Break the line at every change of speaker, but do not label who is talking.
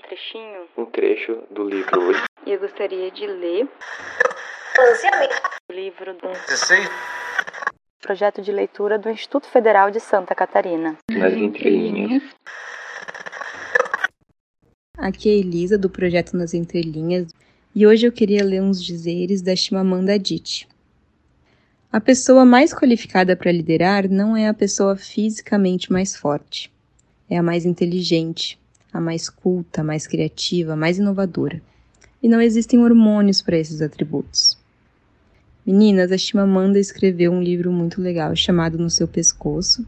trechinho
um trecho do livro
e eu gostaria de ler o livro do projeto de leitura do Instituto Federal de Santa Catarina.
Nas Entrelinhas.
Aqui é Elisa, do projeto Nas Entrelinhas, e hoje eu queria ler uns dizeres da Chimamanda Adichie. A pessoa mais qualificada para liderar não é a pessoa fisicamente mais forte, é a mais inteligente, a mais culta, a mais criativa, a mais inovadora. E não existem hormônios para esses atributos. Meninas, a Chimamanda escreveu um livro muito legal chamado No Seu Pescoço,